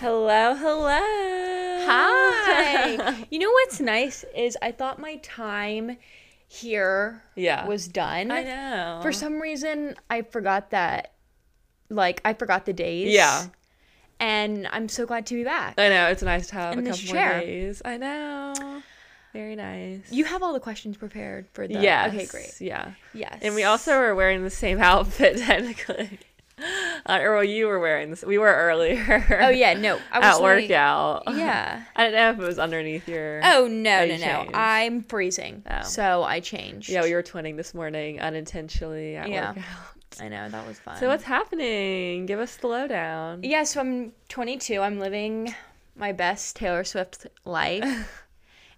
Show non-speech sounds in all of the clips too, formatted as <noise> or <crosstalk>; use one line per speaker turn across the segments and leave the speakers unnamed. Hello, hello.
<laughs> Hi. you know what's nice is I thought my time here
Yeah.
was
<laughs>
done.
I know.
For some reason, I forgot that. Like I forgot the days.
Yeah.
And I'm so glad to be back.
I know. It's nice to have
And
a
this
couple
chair.
more days. I know. Very nice.
you have all the questions prepared for the.
Yeah.
Okay, great.
Yeah.
Yes.
And we also were wearing the same outfit <laughs> technically. Uh, or well, you were wearing this. We were earlier.
Oh yeah,
<laughs>
no. I was
At <laughs>
like-
workout.
<laughs> Yeah.
I don't know if it was underneath your.
Oh no,
Oh,
no,
you
no.
changed.
I'm freezing.
Oh.
So I changed.
Yeah, we were twinning this morning unintentionally at
Yeah.
workout.
I know that was
<laughs>
fun.
So what's happening? Give us the lowdown.
Yeah, so I'm 22. I'm living my best Taylor Swift
<laughs>
life.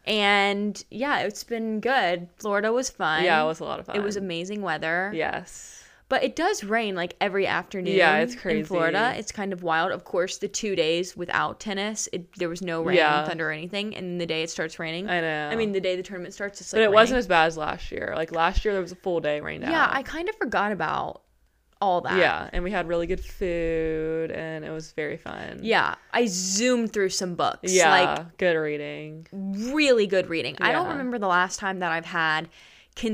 and yeah, it's been good. Florida was fun.
Yeah, it was a lot of fun.
It was amazing weather.
Yes.
But it does rain like every afternoon.
Yeah, it's
In Florida,
crazy.
it's kind of wild. Of course, the two days without tennis, it, there was no rain,
Yeah.
thunder, or anything. And the day it starts raining,
I know.
I mean, the day the tournament starts, it's like.
but it
raining.
wasn't as bad as last year. Like last year, there was a full day rained out.
Yeah, I kind of forgot about all that.
yeah, and we had really good food, and it was very fun.
Yeah, I zoomed through some books.
yeah,
Like
good reading.
really good reading. I don't
Yeah.
remember the last time that I've had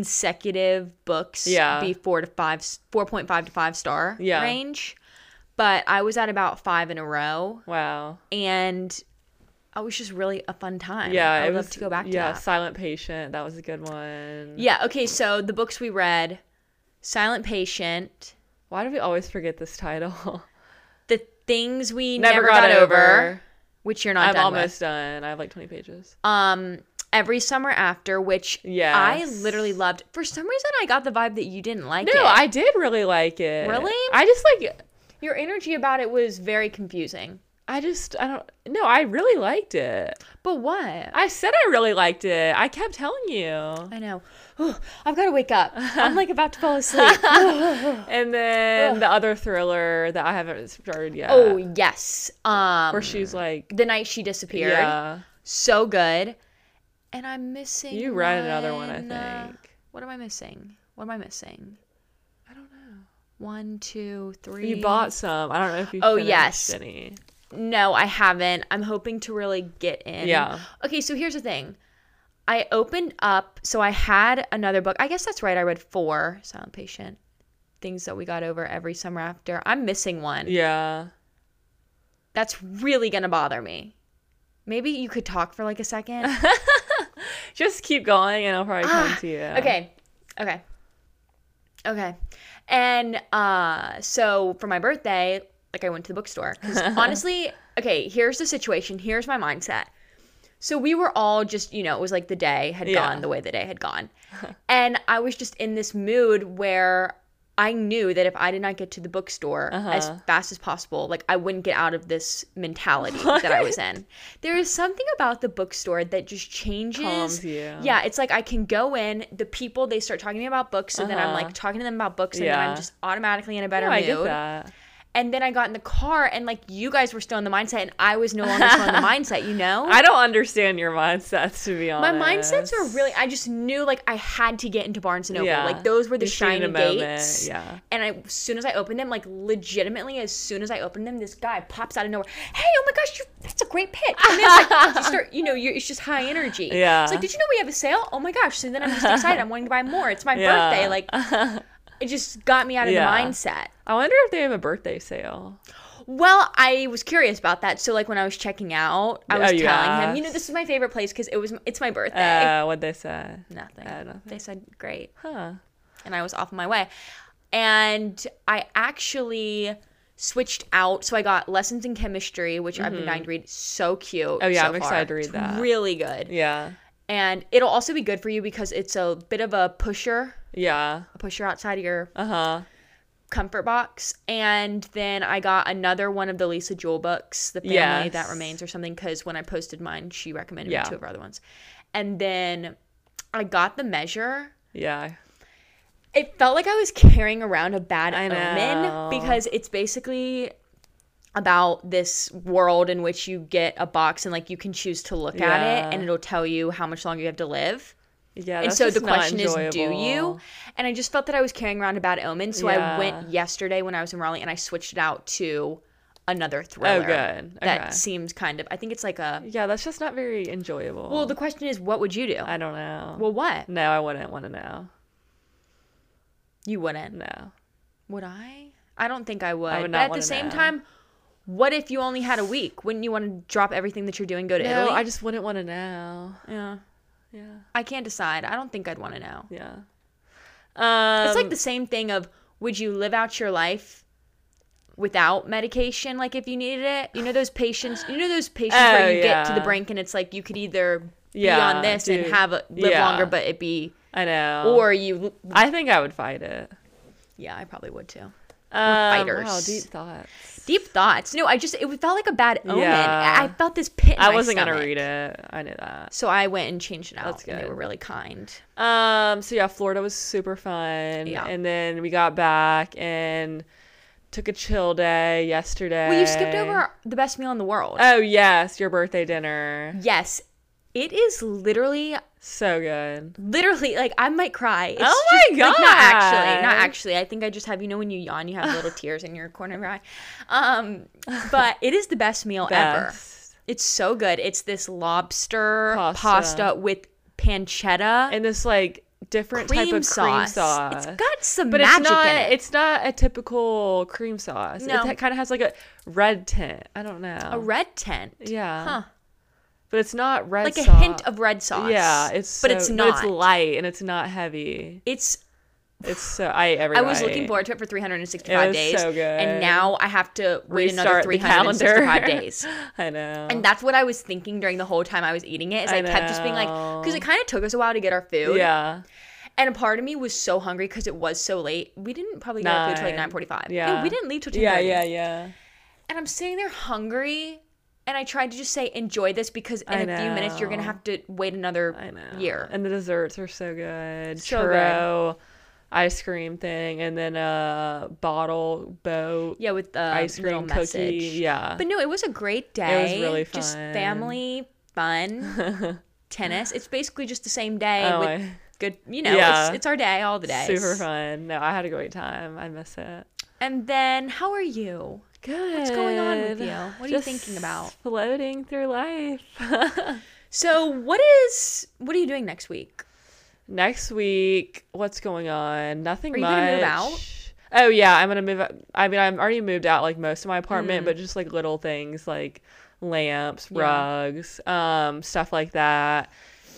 consecutive books
Yeah.
be four to five, four point five to five star
Yeah.
range, but I was at about five in a row,
Wow.
and I was just really a fun time.
Yeah,
I
it
would
was
love to go back to
yeah,
that.
Silent Patient. That was a good one.
Yeah. Okay. So the books we read: Silent Patient,
Why do we always forget this title? <laughs>
The Things We Never, got, over, which you're not
I'm
done
almost
with.
done. I have like 20 pages.
um every summer after which i
Yes.
literally loved for some reason i got the vibe that you didn't like
No,
it
I did really like it.
Really?
I just like.
your energy about it was very confusing
I just I don't. No, I really liked it.
but what
I said I really liked it. I kept telling you.
i know i've got to wake
<laughs>
up i'm like about to fall asleep
And then the other thriller that I haven't started yet.
oh yes um
where she's like,
the night she disappeared
yeah,
so good and i'm missing
you read another one. I
uh,
think.
what am i missing what am i missing i don't know one two three
You bought some. I don't know if you.
Oh,
finished
yes.
Any.
No, I haven't. I'm hoping to really get in.
Yeah.
Okay, so here's the thing. I opened up, so I had another book. I guess that's right. I read four Silent Patient things that we got over every summer after. I'm missing one.
Yeah.
That's really going to bother me. Maybe you could talk for like a
<laughs>
second.
Just keep going, and I'll probably come
Ah,
to you.
Okay. Okay. Okay. And uh so for my birthday, like I went to the bookstore
<laughs>
'Cause honestly, okay, here's the situation, here's my mindset. So we were all just, you know, it was like the day had
Yeah.
gone the way the day had gone. and I was just in this mood where I knew that if I did not get to the bookstore as
Uh-huh.
fast as possible, like I wouldn't get out of this mentality that I was in. There is something about the bookstore that just changes
Calms you.
yeah, it's like I can go in, the people they start talking to me about books, and then I'm
Uh-huh.
like talking to them about books, and then I'm
Yeah.
just automatically in a better
No,
mood.
I get that.
And then I got in the car, and like you guys were still in the mindset, and I was no longer still in
<laughs>
the mindset. You know,
I don't understand your mindsets to be
my
honest.
mindsets were really. I just knew like I had to get into Barnes and Noble.
Yeah.
Like those were the
Just need
shiny
a moment,
gates.
yeah.
And I, as soon as I opened them, like legitimately, as soon as I opened them, this guy pops out of nowhere. Hey, oh my gosh, you, that's a great pick. And then it's
<laughs>
like you start, you know, you're, it's just high energy.
Yeah.
It's like, did you know we have a sale? Oh my gosh. So then I'm just excited. I'm wanting to buy more. It's my
Yeah.
birthday.
<laughs>
Like it just got me out of
Yeah.
the mindset.
I wonder if they have a birthday sale.
Well, I was curious about that. So like when I was checking out, I
Oh,
was
you
telling him, you know,
asked?
this is my favorite place because it was it's my birthday.
Uh, what they said.
Nothing.
Uh, nothing.
They said great.
Huh.
And I was off my way. And I actually switched out. So I got Lessons in Chemistry, which I've been dying to read. So cute.
Mm-hmm. Oh, yeah,
so
I'm
far.
excited to read
It's
that.
Really good.
Yeah.
And it'll also be good for you because it's a bit of a pusher,
Yeah.
a pusher outside of your
Uh huh.
comfort box. And then I got another one of the Lisa Jewell books, The Family
Yes.
That Remains or something, because when I posted mine, she recommended
Yeah.
me two of her other ones. And then I got The Measure.
Yeah.
It felt like I was carrying around a bad
I
omen
know.
because it's basically about this world in which you get a box and like you can choose to look at
Yeah.
it and it'll tell you how much longer you have to live.
Yeah.
and
that's
so the
just not
question is, do you?
enjoyable.
And I just felt that I was carrying around a bad omen. So I
Yeah.
went yesterday when I was in Raleigh and I switched it out to another thriller.
Oh, good. Okay.
That seems kind of. I think it's like a.
Yeah, that's just not very enjoyable.
Well, the question is, what would you do?
I don't know.
well, what
no, I wouldn't want to know.
you wouldn't?
No.
Would I? I don't think I would.
would not
but at the
wanna
same
know.
time, what if you only had a week? Wouldn't you want to drop everything that you're doing, go to
No,
Italy?
I just wouldn't want to know.
yeah.
Yeah.
I can't decide. I don't think I'd want to know.
Yeah. Um,
it's like the same thing of would you live out your life without medication like if you needed it you know those patients you know those patients
Oh,
where you get to the
yeah.
brink and it's like you could either be
Yeah,
on this and
dude.
have a live
Yeah.
longer but it be
I know.
or you
I think I would fight it.
yeah i probably would too
Um, Wow,
fighters.
deep thoughts.
deep thoughts no i just it felt like a bad omen
Yeah.
i felt this pit in
I
my
wasn't gonna
stomach.
read it. I knew that.
so i went and changed it out
That's
and they
good.
were really kind
Um. So yeah, Florida was super fun.
Yeah.
And then we got back and took a chill day yesterday.
well you skipped over the best meal in the world
Oh yes, your birthday dinner.
yes it is literally
So good.
Literally, like I might cry. It's
Oh
just,
my
Like, not actually, not
God.
actually. I think I just have you know when you yawn, you have
<sighs>
little tears in your corner of your eye. Um, but it is the best meal ever.
Best.
It's so good. It's this lobster pasta,
Pasta.
with pancetta
And this like different type of cream sauce.
It's got some
but
magic
it's not.
in it.
It's not a typical cream sauce.
No.
It kind of has like a red tint. I don't know.
a red tint,
yeah.
huh?
But it's not red.
Like a
sauce.
hint of red sauce.
Yeah, it's
but
so-
it's not.
it's light and it's not heavy.
it's
It's so I ate every.
I was
night.
looking forward to it for
It
365
was
days,
so good.
and now I have to wait another
Restart the calendar.
365 days.
<laughs> I know.
And that's what I was thinking during the whole time I was eating it. Is I,
I
kept just being like, because it kind of took us a while to get our food.
yeah,
And a part of me was so hungry because it was so late. We didn't probably get our food till like nine
Nine.
forty-five.
Yeah.
we didn't leave till ten
yeah,
thirty.
yeah, yeah.
And I'm sitting there hungry, and I tried to just say, "Enjoy this," because in
I
a few minutes you're gonna
know.
have to wait another
I know.
year.
And the desserts are so good.
So good.
Churro, ice cream thing, and then a bottle boat
yeah, with Uh, the
ice cream
little
cookie.
message.
Yeah,
But no, it was a great day.
really
Just
fun.
family fun,
<laughs>
tennis. It's basically just the same day
Oh,
with
I-
good. You know,
Yeah.
it's, it's our day all the days.
super fun. No, I had a great time. I miss it.
And then, how are you?
Good.
What's going on with you? What are you
Just
thinking about?
Floating through life. <laughs>
So, what is what are you doing next week?
Next week, what's going on? Nothing
Are you
much.
gonna move out?
Oh yeah, I'm gonna move. Out. I mean, I'm already moved out like most of my apartment, but just like little things like lamps,
Mm. Yeah.
rugs, um, stuff like that.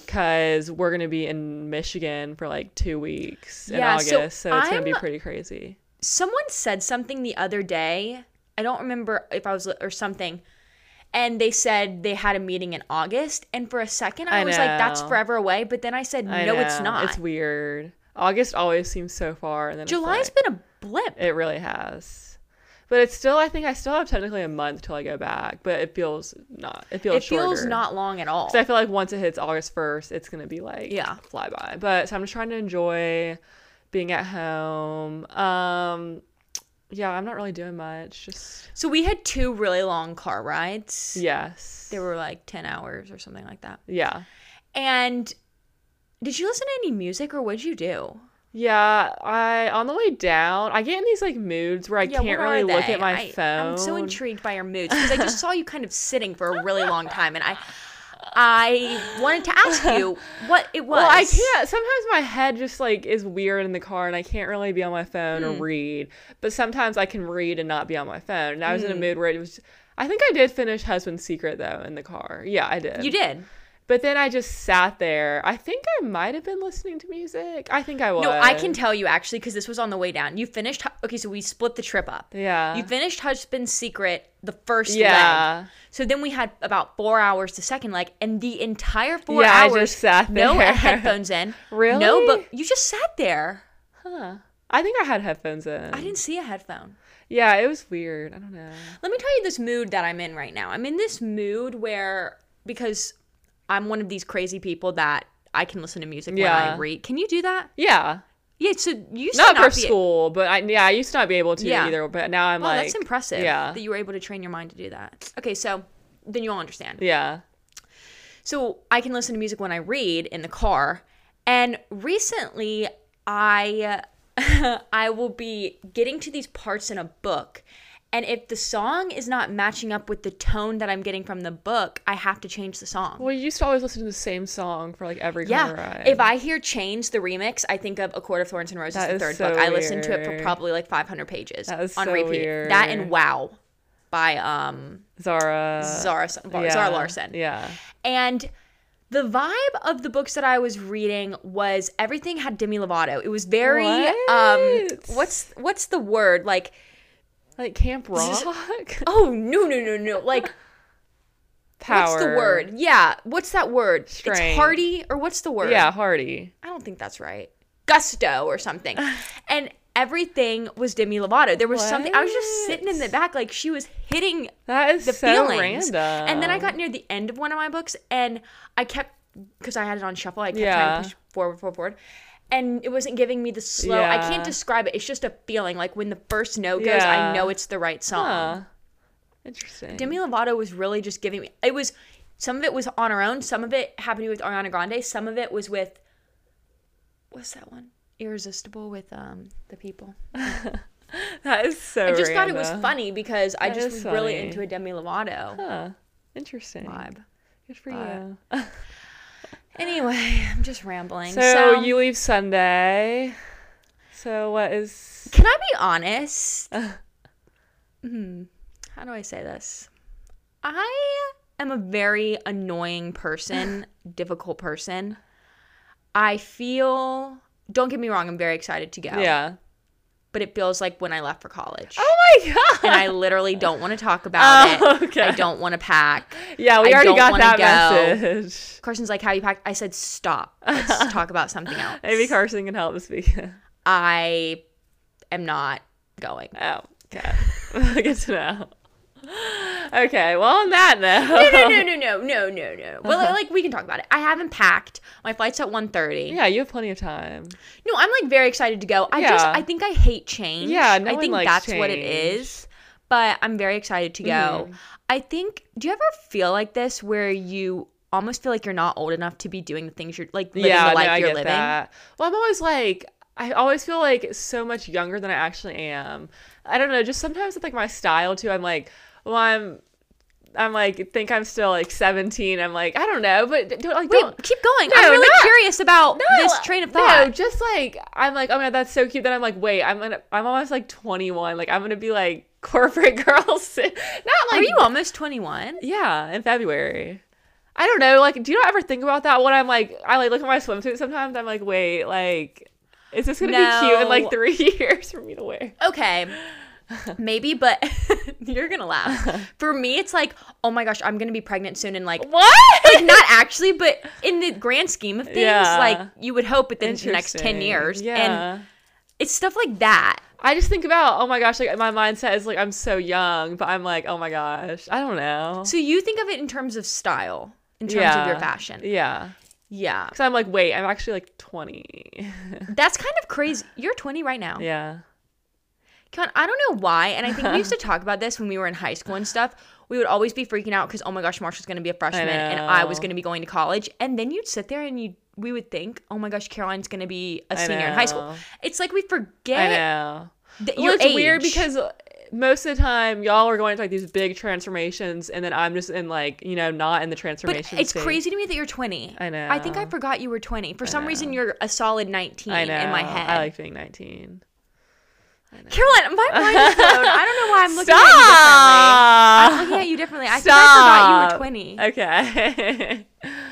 Cause we're gonna be in Michigan for like two weeks in
Yeah, so
August, so, it's gonna be
I'm-
pretty crazy.
Someone said something the other day. I don't remember if I was li- or something. And they said they had a meeting in August, and for a second I,
I
was like, "That's
know.
forever away." But then I said,
I
"No, it's
know,
not."
It's weird. August always seems so far, and then it's
July's
like-
been a blip.
It really has. But it's still, I think I still have technically a month till I go back, but it feels not. It feels
It feels
shorter.
not long at all.
'Cause I feel like once it hits August 1st, it's going to be like,
Yeah.
fly by. But so I'm just trying to enjoy being at home. Um, yeah, I'm not really doing much. Just,
So we had two really long car rides.
yes.
They were like ten hours or something like that.
yeah.
And did you listen to any music, or what did you do?
Yeah, I on the way down, I get in these like moods where I
Yeah,
can't
what are
really look
they?
at my
I-
phone.
I'm so intrigued by your moods because I just saw you kind of sitting for a really long time, and I, I wanted to ask you what it
<laughs>
was.
Well, I can't. Sometimes my head just like is weird in the car, and I can't really be on my phone
Hmm.
or read. But sometimes I can read and not be on my phone. And I was in a
Hmm.
mood where it was. I think I did finish Husband's Secret though in the car. Yeah, I did.
You did.
But then I just sat there. I think I might have been listening to music. I think I was.
No, I can tell you actually because this was on the way down. You finished. Okay, so we split the trip up.
Yeah.
You finished Husband's Secret the first leg.
yeah.
So then we had about four hours the second leg, and the entire four
Yeah, I
hours,
just sat
no
there. <laughs>
headphones in, no,
Really?
but you just sat there.
Huh. I think I had headphones in.
I didn't see a headphone.
Yeah, it was weird. I don't know.
Let me tell you this mood that I'm in right now. I'm in this mood where because I'm one of these crazy people that I can listen to music when I
Yeah.
read. Can you do that?
Yeah.
Yeah. So you used
Not,
to not
for
be-
school, but I yeah, I used to not be able to
Yeah.
either. But now I'm
Wow,
like
that's impressive.
Yeah.
That you were able to train your mind to do that. Okay, so then you'll understand.
yeah.
So I can listen to music when I read in the car. And recently, <laughs> I I will be getting to these parts in a book, And if the song is not matching up with the tone that I'm getting from the book, I have to change the song.
Well, you used to always listen to the same song for like every cover.
yeah. If I hear Change the remix, I think of A Court of Thorns and Roses,
That
the
is
third
so
book. I listened to it for
weird.
probably like 500 pages
That is
on
so
repeat. That and
weird.
Wow by um
Zara.
Zara, Bar-
Yeah.
Zara Larson.
Yeah.
And the vibe of the books that I was reading was everything had Demi Lovato. It was very um
What?
what's what's the word? Like
Like
<laughs>
Camp
This is-
Rock.
oh no no no no like
Power.
what's the word? Yeah, what's that word? It's
Strength.
hardy or what's the word?
Yeah, Hardy.
I don't think that's right. Gusto
<sighs>
or something. and everything was Demi Lovato. There was something I was just sitting in the back like she was hitting
That is
the
so
feelings.
random.
And then I got near the end of one of my books, and I kept because I had it on shuffle. I kept
Yeah.
trying to push forward, forward, forward, and it wasn't giving me the slow. I
Yeah.
can't describe it. It's just a feeling. Like when the first note goes,
Yeah.
I know it's the right song.
Huh. Interesting.
Demi Lovato was really just giving me. It was some of it was on her own. Some of it happened with Ariana Grande. Some of it was with what's that one? Irresistible with um the people.
that is so.
I just thought it was
random.
funny because I
That
just
is
was really
funny.
into a Demi Lovato
Huh. Interesting.
vibe.
Good for
But-
you.
Anyway, I'm just rambling.
So,
So,
you leave Sunday. So what is?
can I be honest? Hmm, how do I say this? I am a very
<sighs>
annoying person, difficult person. I feel don't get me wrong, I'm very excited to go.
Yeah.
But it feels like when I left for college.
Oh my god.
And I literally don't want to talk about
<laughs> Oh,
it.
okay.
I don't want to pack.
Yeah, we
I
already
don't
got
wanna
that
go.
message.
Carson's like, how you packed? I said, stop.
<laughs>
Let's talk about something else.
Maybe Carson can help us speak.
I am not going.
Oh, <laughs> okay. Good to know. Okay, well, on that note.
<laughs>
<laughs>
no, no, no, no, no, no, no. Well,
Uh-huh.
like we can talk about it. I haven't packed. My flight's at 1.30.
Yeah, you have plenty of time.
No, I'm like very excited to go. I just
Yeah.
I think I hate change.
Yeah, no
I
one
think
likes
that's what it
change. Mm-hmm.
is. But I'm very excited to go. I think do you ever feel like this where you almost feel like you're not old enough to be doing the things you're like living
yeah,
the life
no, I
you're
get
living?
that. Well, I'm always like, I always feel like so much younger than I actually am. I don't know, just sometimes with like my style too. I'm like, well, I'm, I'm like, think I'm still like 17. I'm like, I don't know, but don't like,
Wait,
don't.
keep going.
No,
I'm really
not-
curious about this
No,
train of
No,
thought.
just like I'm like, oh my god, that's so cute. Then I'm like, wait, I'm gonna, I'm almost like 21. Like I'm gonna be like <laughs> corporate girls, not like
Are you almost 21?
yeah, in February. I don't know. Like, do you not ever think about that when I'm like, I like look at my swimsuit sometimes. I'm like, wait, like, is this gonna be cute in
No.
like three <laughs> years for me to wear?
okay maybe but <laughs> you're
<laughs>
gonna laugh for me it's like oh my gosh i'm gonna be pregnant soon and like
What?
like not actually but in the grand scheme of things
Yeah.
like you would hope within the next 10
Interesting.
years
Yeah.
and it's stuff like that
I just think about, oh my gosh, like my mindset is like I'm so young, but I'm like, oh my gosh, I don't know.
so you think of it in terms of style in terms of your
Yeah.
fashion
Yeah.
yeah
Cause I'm like, wait, I'm actually like 20.
that's kind of crazy you're 20 right now
<laughs> yeah.
Come on, I don't know why, and I think
<laughs>
we used to talk about this when we were in high school and stuff. We would always be freaking out because oh my gosh, Marshall's gonna be a freshman and I was
know.
gonna be going to college. And then you'd sit there and you we would think, oh my gosh, Caroline's gonna be a
I
senior in high school.
know.
It's like we
I
forget
know.
that
Well,
your
it's weird
age.
because uh, most of the time y'all are going into like these big transformations, and then I'm just in like you know not in the
but
transformation.
it's
stage.
crazy to me that you're 20.
I know.
I think I forgot you were 20. For some reason, you're a solid 19
I know.
in my head.
I like being 19.
Caroline, my mind is blown. I don't know why I'm looking at you differently. I'm looking at you differently. I think I forgot you were 20.
<laughs> Okay. <laughs>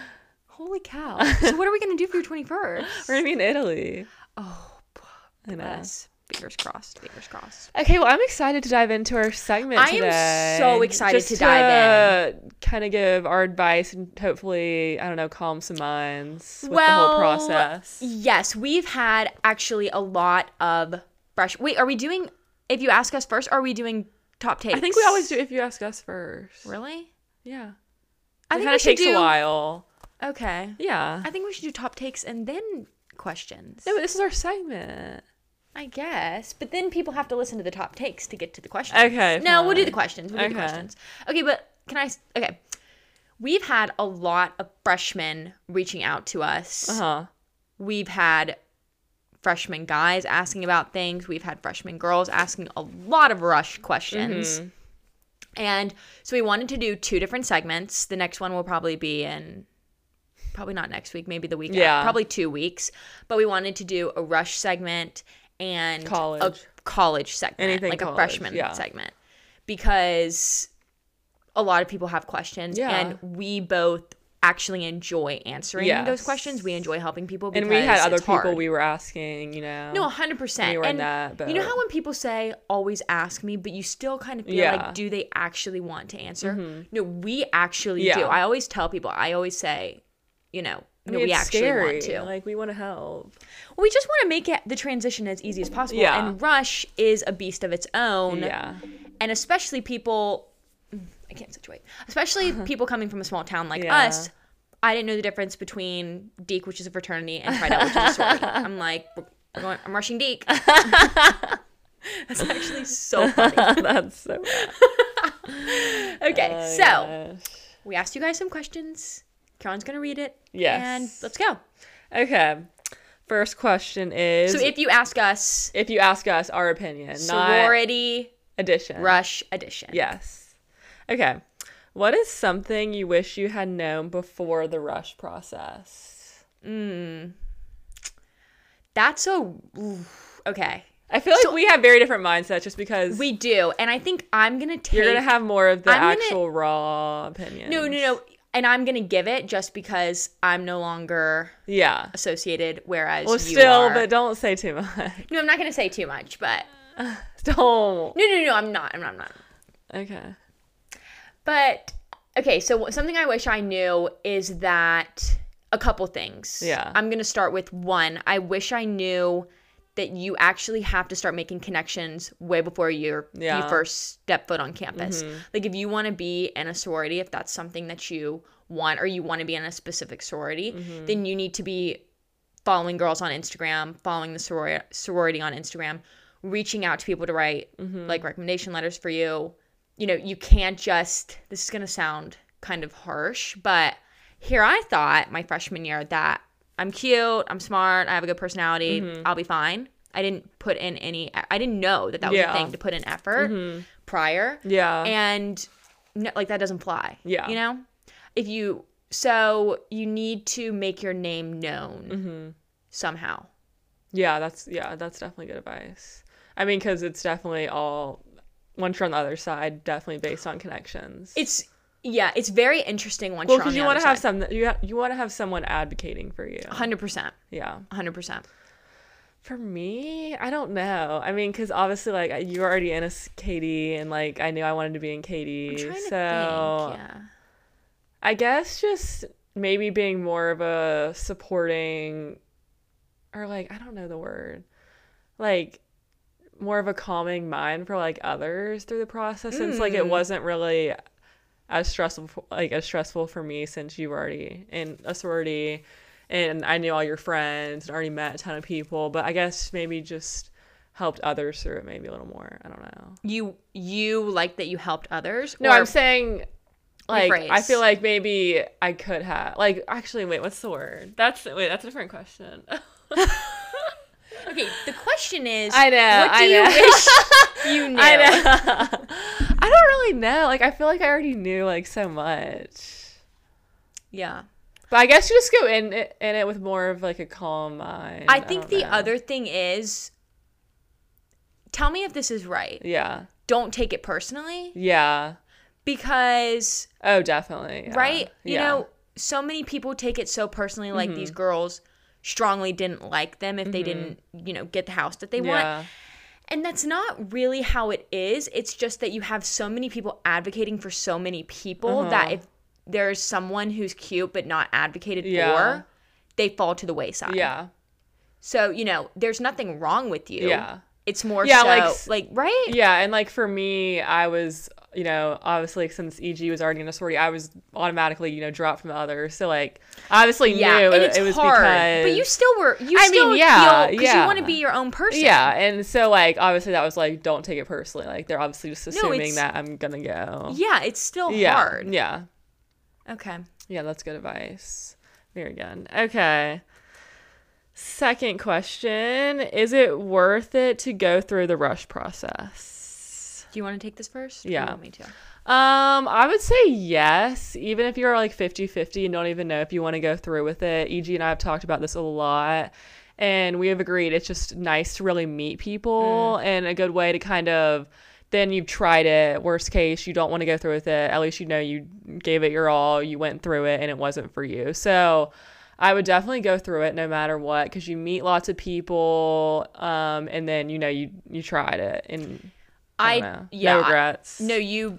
Holy cow. So what are we gonna do for your 21st?
We're gonna be in Italy.
Oh, p-
I know.
bless. Fingers crossed. Fingers crossed.
Okay, well, I'm excited to dive into our segment.
I am
today.
so excited
Just
to dive
in. Kind of give our advice and hopefully, I don't know, calm some minds with the whole process.
Yes, we've had actually a lot of fresh. Wait, are we doing? If you ask us first, are we doing top takes?
I think we always do if you ask us first.
Really?
Yeah.
I
it kind
think we
of
should
takes
do.
a while.
Okay.
Yeah.
I think we should do top takes and then questions.
No, but this is our segment.
I guess, but then people have to listen to the top takes to get to the questions.
Okay,
No, we'll do the
fine.
questions. We'll do the
Okay.
questions. Okay, but can I? s- Okay, we've had a
Uh-huh.
lot of freshmen reaching out to us.
Uh huh.
we've had freshman guys asking about things. We've had freshman girls asking a lot of rush questions.
Mm-hmm.
And so we wanted to do two different segments. The next one will probably be in probably not next week, maybe the week after,
Yeah.
probably two weeks. But we wanted to do a rush segment and
College.
a college segment,
Anything
like
college,
a freshman
yeah.
segment, because a lot of people have questions,
Yeah.
and we both actually enjoy answering those
Yes.
questions. We enjoy helping people, because
and we had other
it's
people
hard.
we were asking, you know.
No, hundred percent.
we were in that
you know
boat.
how when people say "always ask me," but you still kind of feel
Yeah. Mm-hmm.
like, do they actually want to answer? No, we actually do.
Yeah.
I always tell people. I always say, you know,
I
no,
mean,
we
it's
actually want
scary.
to.
Like we want to
<laughs>
help. <laughs>
we just want to make it the transition as easy as possible.
Yeah.
And Rush is a beast of its own.
Yeah.
And especially people, mm, I can't situate.
<laughs>
Especially people coming from a small town like
Yeah.
us. I didn't know the difference between Deke, which is a fraternity, and Pride Out, which is
<laughs>
a sorority. I'm like, we're going, I'm rushing Deke. That's actually so
<laughs>
funny.
That's so.
Okay,
Oh,
so
gosh.
we asked you guys some questions. Karen's gonna read it.
Yes.
And let's go.
Okay. First question is
So
if,
if you ask us,
you ask us our opinion, not
sorority
addition.
rush edition.
Yes. Okay. What is something you wish you had known before the rush process?
That's a oof, okay.
I feel like we have very different mindsets just because
We do, and I think I'm gonna take.
you're going to have more of the
I'm gonna-
actual raw opinion.
no, no, no, and I'm gonna give it just because I'm no longer
Yeah.
associated. Whereas
Well,
you
still,
are.
but don't say too much. <laughs>
no, I'm not gonna say too much. But
don't.
no, no, no, I'm not. I'm not. I'm not.
Okay.
But okay, so something I wish I knew is that a couple things.
Yeah.
I'm going to start with one. I wish I knew that you actually have to start making connections way before you you
Yeah. Mm-hmm.
first step foot on campus. Like if you want to be in a sorority, if that's something that you want or you want to be in a specific sorority,
Mm-hmm.
then you need to be following girls on Instagram, following the soror- sorority on Instagram, reaching out to people to write like recommendation letters for you. You know, you can't just, this is going to sound kind of harsh, but here I thought my freshman year that I'm cute, I'm smart, I have a good personality, I'll be fine. I didn't put in any, e, I didn't know that that was
Yeah.
a thing to put in effort prior.
Yeah.
And no, like that doesn't fly.
Uh-huh. Yeah.
You know, if you, so you need to make your name known
Mm-hmm.
somehow.
Yeah, that's yeah, that's definitely good advice. I mean, because it's definitely all once you're on the other side, definitely based on connections.
It's, yeah, it's very interesting once
well,
you're on
because
the
you
want
want to have some you ha- you want to have someone advocating for you.
100%.
Yeah.
100%.
For me, I don't know. I mean, because obviously, like you were already in a s- Katie, and like I knew I wanted to be in Katie,
Trying to
so
think, yeah.
I guess just maybe being more of a supporting or like I don't know the word. Like more of a calming mind for like others through the process since like it wasn't really as stressful f- like as stressful for me since you were already in a sorority and I knew all your friends and already met a ton of people, but I guess maybe just helped others through it maybe a little more. I don't know.
You, you like that you helped others?
No,
or-
I'm saying like I
Rephrase.
feel like maybe I could have like actually wait, what's the word? That's wait, that's a different question.
Okay, the question is
I know, <laughs>
what do
I
you
know.
<laughs> wish you knew?
<laughs> I know. I don't really know. Like I feel like I already knew like so much.
Yeah.
But I guess you just go in it, in it with more of like a calm mind.
I think
don't
the
know.
other thing is tell me if this is right.
Yeah.
Don't take it personally
Yeah.
because
Oh, definitely. yeah.
right? You
Yeah. Mm-hmm.
know, so many people take it so personally like these girls strongly didn't like them if they didn't, you know, get the house that they want.
Yeah.
And that's not really how it is. It's just that you have so many people advocating for so many people
Uh-huh.
that if there's someone who's cute but not advocated
Yeah.
for, they fall to the wayside.
Yeah.
So, you know, there's nothing wrong with you.
Yeah.
It's more
Yeah,
so
like
like,
s-
right?
Yeah, and like for me, I was, you know, obviously since EG was already in a sorority, I was automatically, you know, dropped from the others. So like, I obviously
Yeah.
knew
and
it,
it's
it was
hard.
because.
but you still were you
I
still
mean, yeah,
feel because you
yeah.
want to be your own person.
yeah, and so like obviously that was like don't take it personally. Like they're obviously just assuming
it's-
that I'm gonna go.
Yeah, it's still
Yeah,
hard.
yeah,
Okay.
yeah. That's good advice. Very good. Okay, Second question Is it worth it to go through the rush process?
Do you want to take this first?
Yeah.
You want me to?
Um, I would say yes, even if you're like 50 50 and don't even know if you want to go through with it. EG and I have talked about this a lot, and we have agreed it's just nice to really meet people
Mm.
and a good way to kind of then you've tried it. Worst case, you don't want to go through with it. At least you know you gave it your all, you went through it, and it wasn't for you. So, I would definitely go through it no matter what because you meet lots of people, um, and then you know you you tried it and I, don't know.
yeah.
no
I-
regrets.
No, you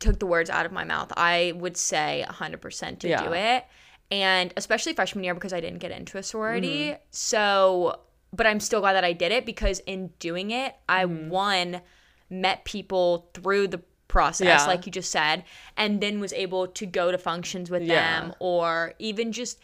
took the words out of my mouth. I would say 100% to
Yeah.
do it. And especially freshman year because I didn't get into a sorority.
Mm-hmm.
So, but I'm still glad that I did it because in doing it, I
Mm-hmm.
one met people through the process
Yeah.
like you just said and then was able to go to functions with
Yeah.
them or even just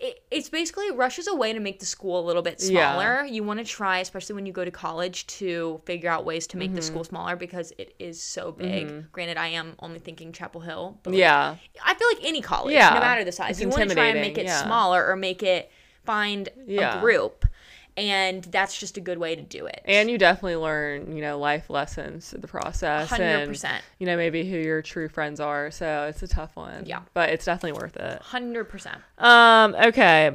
it, it's basically rush is a way to make the school a little bit
Yeah.
smaller you want to try, especially when you go to college, to figure out ways to make the
Mm-hmm.
school smaller because it is so big. Granted, I am only thinking Chapel Hill, but like,
Yeah.
I feel like any college,
Yeah.
no matter the size,
It's
you want to try and
intimidating,
make it
yeah.
smaller or make it find
Yeah.
a group, and that's just a good way to do it.
And you definitely learn, you know, life lessons through the process. and,
100%.
You know, maybe who your true friends are. So it's a tough one.
Yeah.
But it's definitely worth it.
hundred percent.
Um, okay.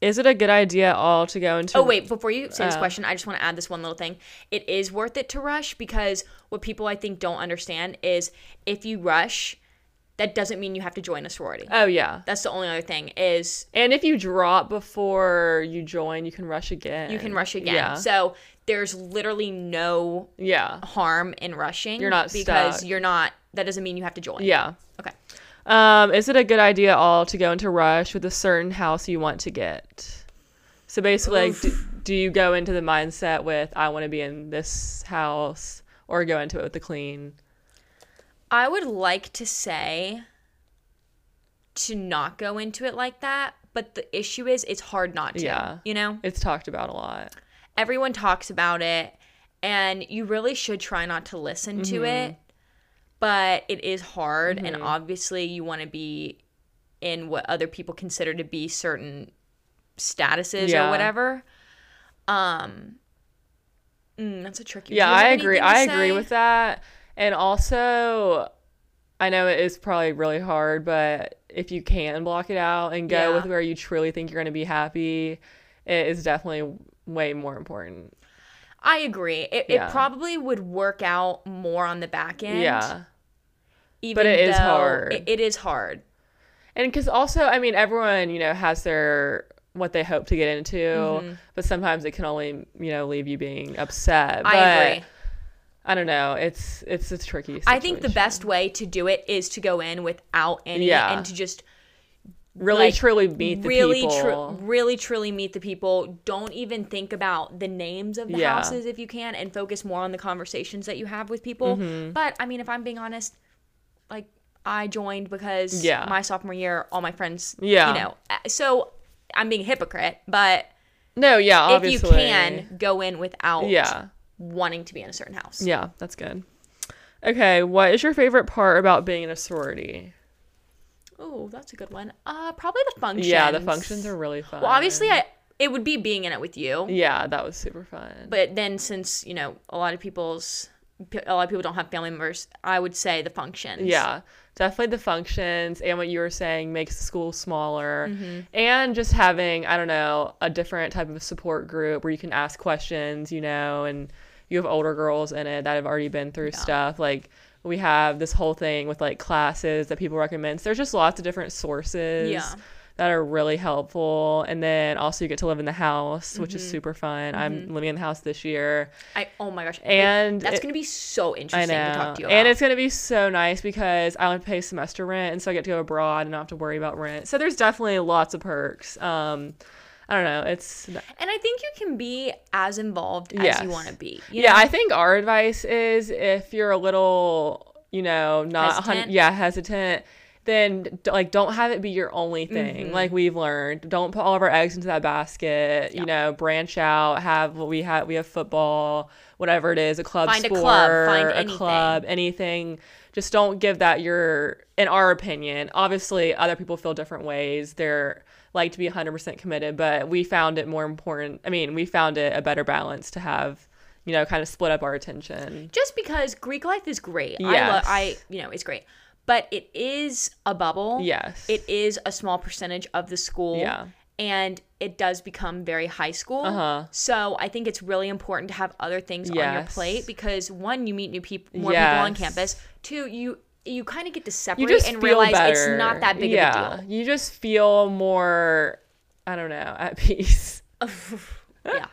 Is it a good idea at all to go into
Oh wait, before you say this
Oh.
question, I just want to add this one little thing. It is worth it to rush because what people I think don't understand is if you rush, that doesn't mean you have to join a sorority.
Oh yeah.
That's the only other thing is
And if you drop before you join, you can rush again.
you can rush again.
Yeah.
So there's literally no
yeah.
harm in rushing.
You're not
because
stuck.
you're not. That doesn't mean you have to join.
Yeah.
Okay.
Um, is it a good idea at all to go into rush with a certain house you want to get? So basically, like, do, do you go into the mindset with I want to be in this house, or go into it with the clean?
I would like to say to not go into it like that, but the issue is it's hard not to.
Yeah.
You know,
It's talked about a lot.
everyone talks about it, and you really should try not to listen
Mm-hmm.
to it. But it is hard, and obviously you want to be in what other people consider to be certain statuses
Yeah.
or whatever. Um, mm, that's a tricky.
Yeah,
Do you have
I agree. I
anything to
agree
say?
with that. And also, I know it is probably really hard, but if you can block it out and go
Yeah.
with where you truly think you're going to be happy, it is definitely way more important.
I agree. It,
Yeah.
it probably would work out more on the back end.
yeah.
even
it is
though
hard.
It, it is hard.
And because also, I mean, everyone, you know, has their what they hope to get into,
Mm-hmm.
but sometimes it can only, you know, leave you being upset. But
I agree.
I don't know. It's it's a tricky. Situation.
I think the best way to do it is to go in without any
Yeah.
and to just
really
like,
truly meet the
really, tru-
people.
really, truly meet the people. Don't even think about the names of the
Yeah.
houses if you can, and focus more on the conversations that you have with people.
Mm-hmm.
But I mean, if I'm being honest, like I joined because
Yeah.
my sophomore year, all my friends,
Yeah.
you know, uh, so I'm being a hypocrite. But
no, yeah, obviously.
if you can, go in without
yeah,
wanting to be in a certain house.
yeah, that's good. Okay, what is your favorite part about being in a sorority?
Oh, that's a good one. Uh, probably the functions.
Yeah, the functions are really fun.
Well, obviously, I it would be being in it with you.
Um, yeah, that was super fun.
But then, since you know, a lot of people's a lot of people don't have family members, I would say the functions.
Yeah, definitely the functions and what you were saying makes the school smaller, and just having I don't know a different type of support group where you can ask questions, you know, and you have older girls in it that have already been through stuff. Like we have this whole thing with like classes that people recommend. So there's just lots of different sources.
Yeah.
That are really helpful. And then also, you get to live in the house, which is super fun. I'm living in the house this year.
I oh my gosh.
And
that's
it-
gonna be so
I
interesting
know.
to talk to you about.
And it's going to be so nice because I only pay semester rent and so I get to go abroad and not have to worry about rent. So there's definitely lots of perks. Um I don't know. It's
and I think you can be as involved as
Yes.
you want to be. you
Yeah,
know?
I think our advice is if you're a little, you know, not a hun-
Hesitant?
yeah, hesitant, then d- like don't have it be your only thing.
Mm-hmm.
Like we've learned, don't put all of our eggs into that basket. You know, branch out. Have what we have. We have football, whatever it is, a club
Find a
sport,
club, find
a
anything.
club, anything. Just don't give that your, in our opinion. Obviously, other people feel different ways. They're like to be 100% committed, but we found it more important. I mean, we found it a better balance to have, you know, kind of split up our attention.
just because Greek life is great. I love
Yes.
I you know, it's great. But it is a bubble.
Yes.
It is a small percentage of the school.
Yeah.
And it does become very high school.
Uh-huh.
So I think it's really important to have other things on your
Yes.
plate because one, you meet new people more people on
Yes.
campus. Two, you you kind of get to separate
you just
and
feel
realize
better.
it's not that big
yeah. <laughs>
of a deal.
You just feel more, I don't know, at <laughs> peace.
Yeah.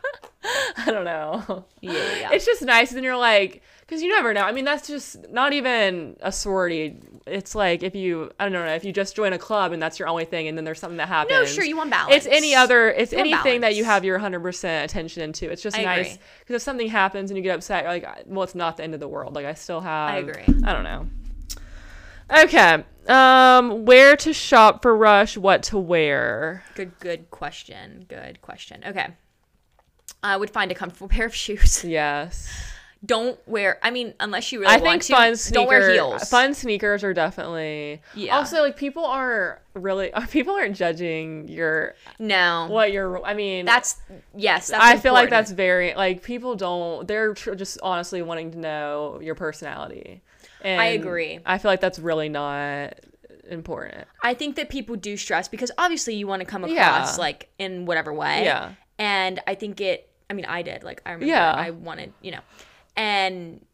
I don't know.
Yeah, yeah, yeah.
It's just nice. And you're like, because you never know. I mean, that's just not even a sorority. It's like if you, I don't know, if you just join a club and that's your only thing, and then there's something that happens.
No, sure, you want balance.
It's any other. It's
You want
anything that you
balance.
have your 100% attention into. It's just
I
nice
agree.
because if something happens and you get upset, you're like, "I- well, it's not the end of the world. Like I still have.
I agree.
I don't know. Okay. Um, where to shop for Rush? What to wear?
Good, good question. Good question. Okay. I would find a comfortable <laughs> pair of shoes.
Yes.
don't wear. I mean, unless you really
I
want
think
to.
fun sneakers.
Don't wear heels.
Fun sneakers are definitely.
Yeah.
Also, like people are really <laughs> people aren't judging your
No,
what your. I mean,
that's yes. That's
I feel like
important.
that's very like people don't. They're tr- just honestly wanting to know your personality. And
agree.
I feel like that's really not important.
I think that people do stress because obviously you want to come
Yeah.
across like in whatever way.
Yeah.
And I think it. I mean, I did. Like I remember.
Yeah.
I wanted. You know, and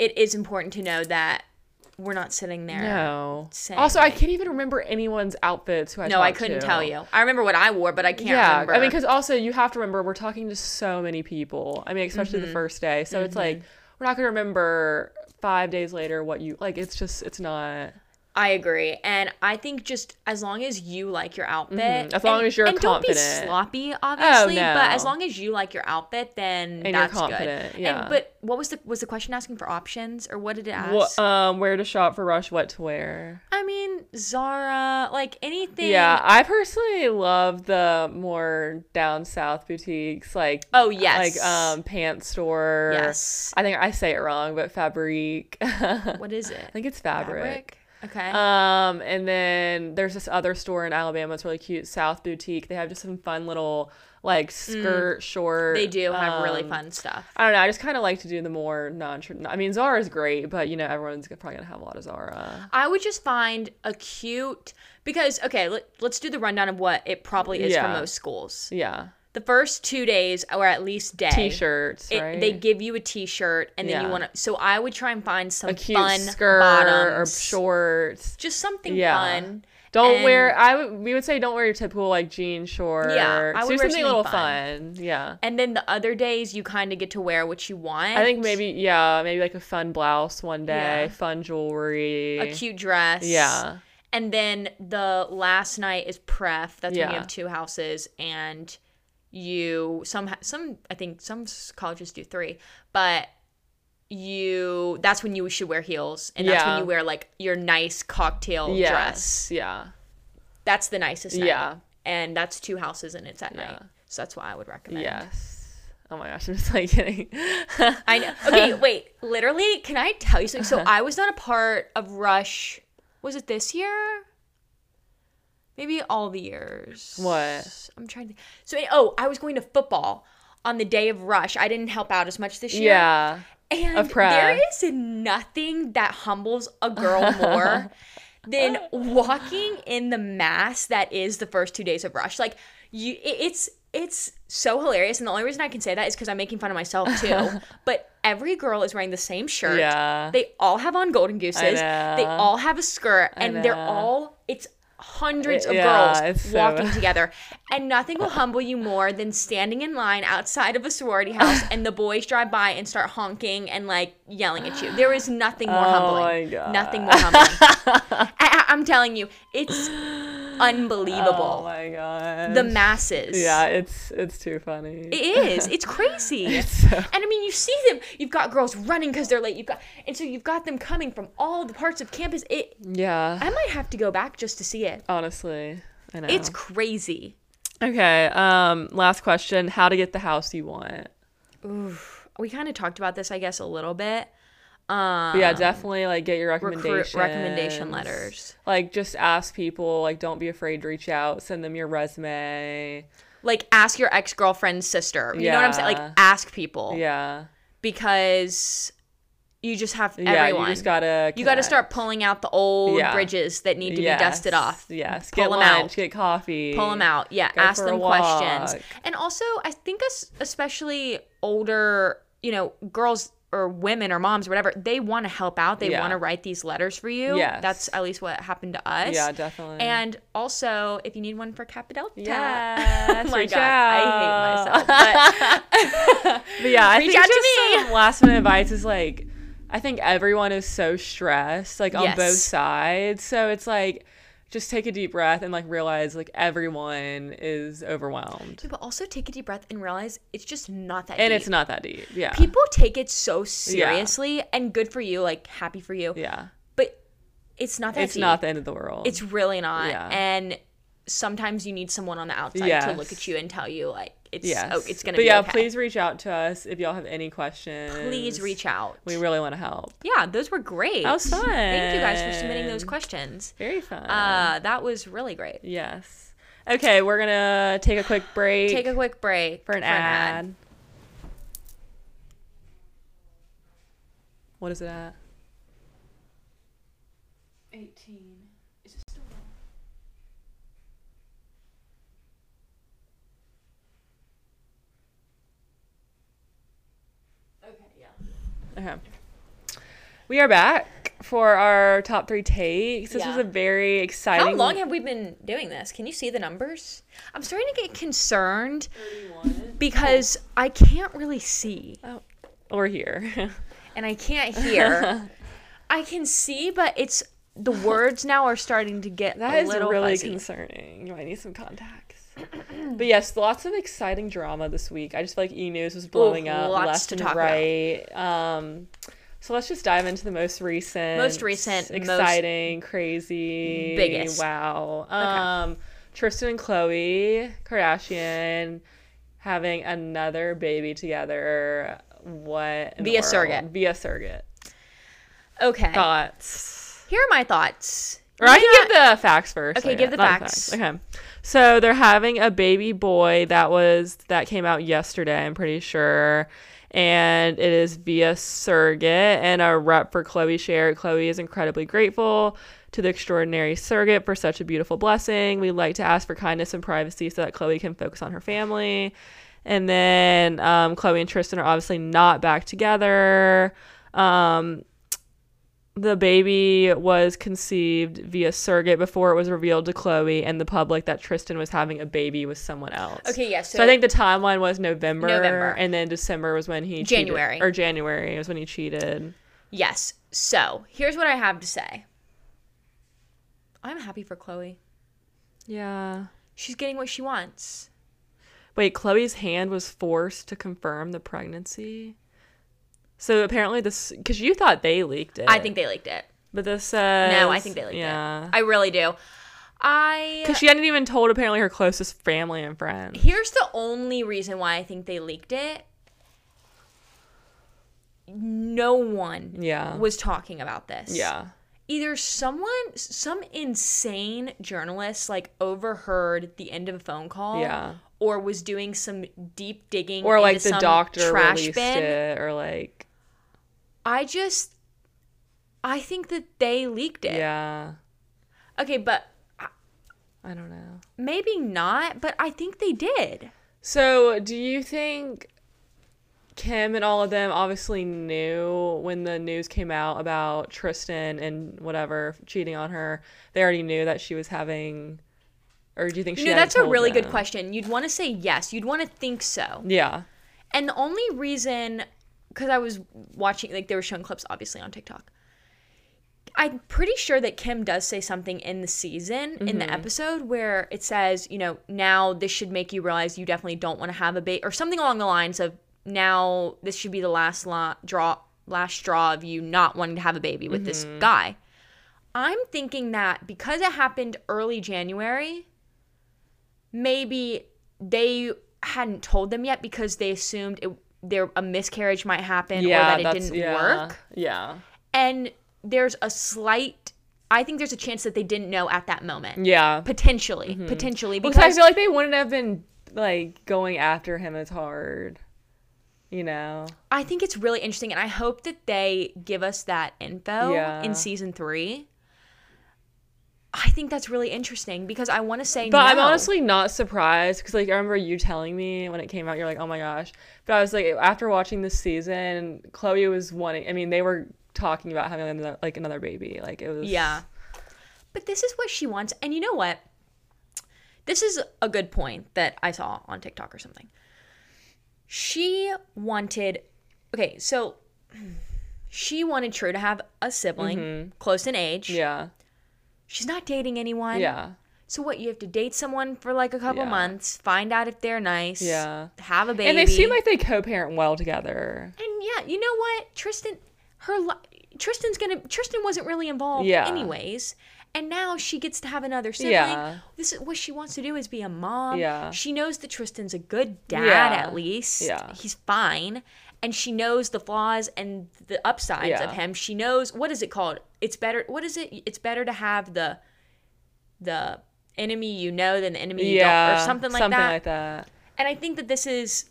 it is important to know that we're not sitting there.
No.
Same.
Also, I can't even remember anyone's outfits. Who I
No, I
talked
couldn't
to.
tell you. I remember what I wore, but I can't
yeah,
remember.
I mean, because also you have to remember we're talking to so many people. I mean, especially the first day, so it's like we're not gonna remember five days later what you like. It's just it's not.
I agree, and I think just as long as you like your outfit,
Mm-hmm. As long
and-
as you're
and don't be
confident. Oh,
sloppy, obviously. But as
no.
long as you like your outfit, then
you're
that's
confident,
good.
yeah.
And, but what was the was the question asking for options or what did it ask?
What, um, where to shop for Rush? What to wear?
I mean, Zara, like anything.
Yeah, I personally love the more down south boutiques, like
Oh, yes.
like um pants store.
Yes.
I think I say it wrong, but Fabrique. <laughs> I
What is it?
think it's fabric.
Okay.
Um, and then there's this other store in Alabama. It's really cute, South Boutique. They have just some fun little like skirt, short.
Mm. they do have really
um,
fun stuff.
I don't know. I just kind of like to do the more non. I mean, Zara's great, but you know, everyone's probably gonna have a lot of Zara.
I would just find a cute because okay, let, let's do the rundown of what it probably is
Yeah.
for most schools.
Yeah,
The first two days, or at least day,
t-shirts,
it,
right?
they give you a t-shirt and then you
Yeah.
want to so i would try and find some
a cute
fun
skirt or
bottoms
shorts.
just something
Yeah.
fun
Don't
and-
wear. I would. We would say don't wear your typical like jean shorts.
I would
do
wear
something
something
a little
fun.
fun. Yeah.
and then the other days you kind of get to wear what you want
I think maybe yeah, maybe like a fun blouse one day,
Yeah.
fun jewelry,
a cute dress
Yeah.
and then the last night is pref that's when you
Yeah.
have two houses and you some ha- some i think some s- colleges do three but you that's when you should wear heels and that's when
Yeah.
you wear like your nice cocktail
Yes.
dress
Yeah.
That's the nicest night.
Yeah.
And that's two houses and it's at night.
Yeah.
So that's what I would recommend.
Yes. Oh my gosh, I'm just <laughs> like
<laughs>
kidding.
I know.
<laughs>
Okay, wait. Literally, can I tell you something? So
Uh-huh.
I was not a part of Rush. Was it this year? Maybe all the years.
What?
I'm trying to. So oh, I was going to football on the day of Rush. I didn't help out as much this year.
yeah.
And
Of prep.
there is nothing that humbles a girl
<laughs>
more than walking in the mass that is the first two days of Rush. Like you, it- it's it's so hilarious, and the only reason I can say that is because I'm making fun of
<laughs>
myself too. but every girl is wearing the same shirt.
Yeah.
<laughs> They all have on golden gooses. They
know.
all have a skirt, and they're
know.
all it's hundreds of
Yeah,
girls
it's so <laughs>
walking
bad.
together. And nothing will humble you more than standing in line outside of a
<laughs>
sorority house and the boys drive by and start honking and like yelling at you. There is nothing more humbling.
Oh my God.
Nothing more humbling.
<laughs>
I, I, am telling you,
<sighs>
it's
Oh
unbelievable.
my god.
the masses.
Yeah, it's it's too funny. <laughs>
It is. It's crazy.
so-
and I mean, you see them. You've got girls running because they're late. You've got, and so you've got them coming from all the parts of campus. It.
yeah.
I might have to go back just to see it.
honestly. I know.
It's crazy.
okay. Um last question, how to get the house you want.
Oof. We kind of talked about this, I guess, a little bit. Um,
But yeah, definitely like get your
recruit
recommendations.
recommendation letters.
Like just ask people. Like don't be afraid to reach out. Send them your resume.
Like ask your ex girlfriend's sister. You know what I'm saying?
Yeah.
Like ask people
Yeah.
because you just have
Yeah.
everyone.
You just gotta.
You got to
connect.
start pulling out the old
Yeah.
bridges that need to
Yes,
be dusted off.
Yes.
Pull
get
'em
lunch.
out.
Get coffee.
Pull them out. Yeah,
Go
ask
for a
them questions.
walk.
And also, I think es- especially older, you know, girls or women or moms, whatever, they want to help out. They
Yeah.
want to write these letters for you.
Yes.
That's at least what happened to us.
Yeah, definitely.
And also, if you need one for Kappa Delta.
Yes, <laughs>
<laughs> oh my
reach
God, I hate myself.
out. <laughs>
But <laughs>
But yeah, I
Reach
think
out to
just
me.
some last minute advice is like, I think everyone is so stressed, like on
Yes.
both sides. So it's like, just take a deep breath and like realize like everyone is overwhelmed,
but also take a deep breath and realize it's just not that
and
deep.
it's not that deep. Yeah,
People take it so seriously and good for you, like happy for you.
yeah,
But it's not that
it's
deep.
not the end of the world.
It's oh, really not.
Yeah.
And sometimes you need someone on the outside to
Yes.
look at you and tell you like it's
yes,
oh, it's gonna
But
be
yeah,
okay.
please reach out to us if y'all have any questions.
Please reach out.
We really want to help.
yeah, those were great.
That was fun.
Thank you guys for submitting those questions.
Very fun.
Uh, that was really great.
yes. Okay, we're gonna take a
<gasps>
quick break.
Take a quick break
for an ad. What is it at?
18.
Okay. We are back for our top three takes. This was
Yeah.
a very exciting.
How long have we been doing this? Can you see the numbers? I'm starting to get concerned because I can't really see
Oh, we're here. <laughs>
and I can't hear. I can see, but it's the words now are starting to get
That
a
is
little
really
fuzzy.
concerning. You might need some
<clears throat>
contacts. but yes, lots of exciting drama this week. I just feel like E News was blowing up
lots
left
to
and
talk about.
right. Um, so let's just dive into the most recent,
Most recent, most-
exciting, crazy,
Biggest.
Wow. Um, Tristan and Chloe Kardashian having another baby together. What in the
Via
world?
surrogate.
Via surrogate.
okay.
Thoughts.
Here are my thoughts.
Oh. Or I
Maybe
can give the facts first.
Okay,
I
give
guess.
the
Not
facts.
Okay. So they're having a baby boy that was that came out yesterday, I'm pretty sure. And it is via surrogate and a rep for Chloe shared. Chloe is incredibly grateful to the extraordinary surrogate for such a beautiful blessing. We like to ask for kindness and privacy so that Chloe can focus on her family. And then um, Chloe and Tristan are obviously not back together. Um, the baby was conceived via surrogate before it was revealed to Chloe and the public that Tristan was having a baby with someone else.
Okay, yeah,
So,
so-
I think the timeline was November,
November.
and then December was when he
January.
cheated, or January was when he cheated.
Yes. So here's what I have to say. I'm happy for Chloe.
Yeah.
She's getting what she wants.
Wait, Chloe's hand was forced to confirm the pregnancy. So apparently this, because you thought they leaked it.
I think they leaked it.
but this says
No, I think they leaked
yeah.
it. I really do. I
Because she hadn't even told apparently her closest family and friends.
here's the only reason why I think they leaked it. No one
Yeah.
was talking about this.
Yeah.
Either someone some insane journalist like overheard the end of a phone call
Yeah.
or was doing some deep digging
Or like
into
the
some
doctor
trash
released
bin.
it, or like
I just I think that they leaked it.
yeah,
Okay, but
I don't know.
maybe not, but I think they did.
So do you think Kim and all of them obviously knew when the news came out about Tristan and whatever cheating on her? They already knew that she was having, or do you think she?
You know,
hadn't
that's a
told
really good
them?
question. You'd want to say yes. You'd want to think so.
Yeah,
And the only reason, because I was watching, like, they were showing clips, obviously, on TikTok. I'm pretty sure that Kim does say something in the season, in
Mm-hmm.
the episode, where it says, you know, now this should make you realize you definitely don't want to have a baby, or something along the lines of, now this should be the last lo- draw, last straw of you not wanting to have a baby with this
Mm-hmm.
guy. I'm thinking that because it happened early January, maybe they hadn't told them yet because they assumed it there a miscarriage might happen
yeah,
or that it
that's-
didn't
yeah,
work.
Yeah.
And there's a slight I think there's a chance that they didn't know at that moment.
Yeah.
Potentially. Potentially
Because Mm-hmm. I
because
feel like they wouldn't have been like going after him as hard. You know.
I think it's really interesting, and I hope that they give us that info
Yeah.
in season three. I think that's really interesting because I want to say
But
no.
I'm honestly not surprised because, like, I remember you telling me when it came out, you're like, "Oh my gosh!" But I was like, after watching this season, Chloe was wanting. I mean, they were talking about having another, like another baby. Like it was.
Yeah. But this is what she wants. And you know what? This is a good point that I saw on TikTok or something. She wanted, okay, so <clears throat> she wanted True to have a sibling close in age.
Mm-hmm. Yeah.
She's not dating anyone.
Yeah.
So what? You have to date someone for like a couple
Yeah.
months, find out if they're nice.
Yeah.
Have a baby.
And they seem like they co-parent well together.
And yeah, you know what, Tristan, her li- Tristan's gonna Tristan wasn't really involved,
Yeah.
anyways. And now she gets to have another sibling.
Yeah.
This is what she wants to do is be a mom.
Yeah.
She knows that Tristan's a good dad
Yeah.
at least.
Yeah.
He's fine. And she knows the flaws and the upsides
Yeah.
of him. She knows what is it called? It's better what is it? It's better to have the the enemy you know than the enemy you
yeah.
don't or something like
something
that.
like that.
and I think that this is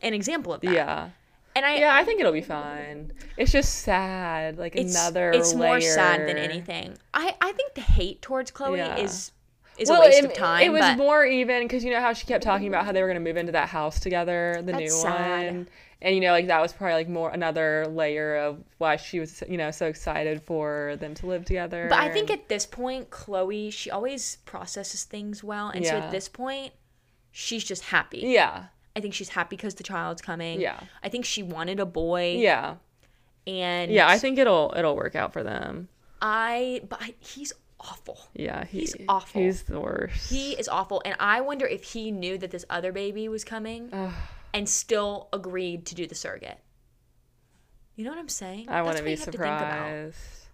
an example of that.
Yeah.
And I
Yeah, I think it'll be fine. It's just sad, like
it's,
another.
it's more sad than
layer.
anything i i think the hate towards chloe
Yeah.
is is a waste of time
It was
but
more even because you know how she kept talking about how they were going to move into that house together, the new
That's sad.
one, and you know like that was probably like more another layer of why she was you know so excited for them to live together.
but i think
and-
at this point chloe she always processes things well and so
Yeah.
at this point she's just happy
yeah,
i think she's happy because the child's coming
Yeah.
i think she wanted a boy
yeah,
and
yeah. I think it'll it'll work out for them.
i but I, he's awful
Yeah, he-
He's awful.
He's the worst.
he is awful and i wonder if he knew that this other baby was coming and still agreed to do the surrogate you know what i'm saying
I
That's
wouldn't be
what you have to think about.
surprised.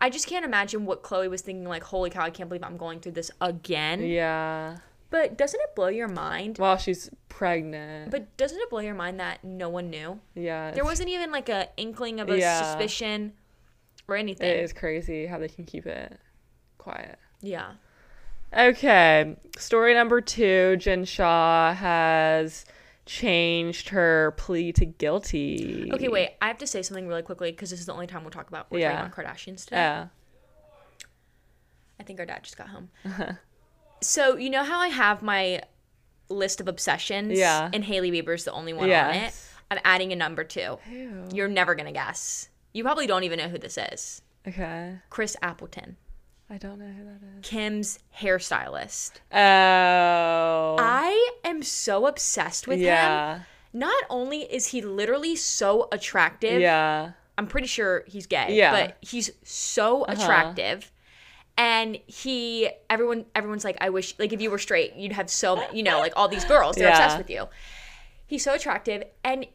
I just can't imagine what Chloe was thinking. Like, holy cow, I can't believe I'm going through this again.
Yeah.
But doesn't it blow your mind?
Well, she's pregnant.
But doesn't it blow your mind that no one knew?
yeah,
There
it's-
wasn't even like a inkling of a
Yeah.
suspicion or anything.
It is crazy how they can keep it quiet.
Yeah.
Okay, story number two Jen Shaw has changed her plea to guilty.
Okay, wait. I have to say something really quickly because this is the only time we'll talk about we're
Yeah.
talking about Kardashians today.
Yeah.
I think our dad just
<laughs>
got home. so you know how I have my list of obsessions?
Yeah.
And Haley Bieber's the only one on it.
Yes.
I'm adding a number two.
Ew.
You're never gonna guess. You probably don't even know who this is.
Okay.
Chris Appleton,
I don't know who that is.
Kim's hairstylist.
Oh.
I am so obsessed Uh, with him.
yeah.
Not only is he literally so attractive,
Yeah.
I'm pretty sure he's gay,
Yeah. Uh-huh.
but he's so attractive. And he, everyone, everyone's like, I wish, like, if you were straight, you'd have so, ma- you know, like all these girls, they're
Yeah.
obsessed with you. He's so attractive. And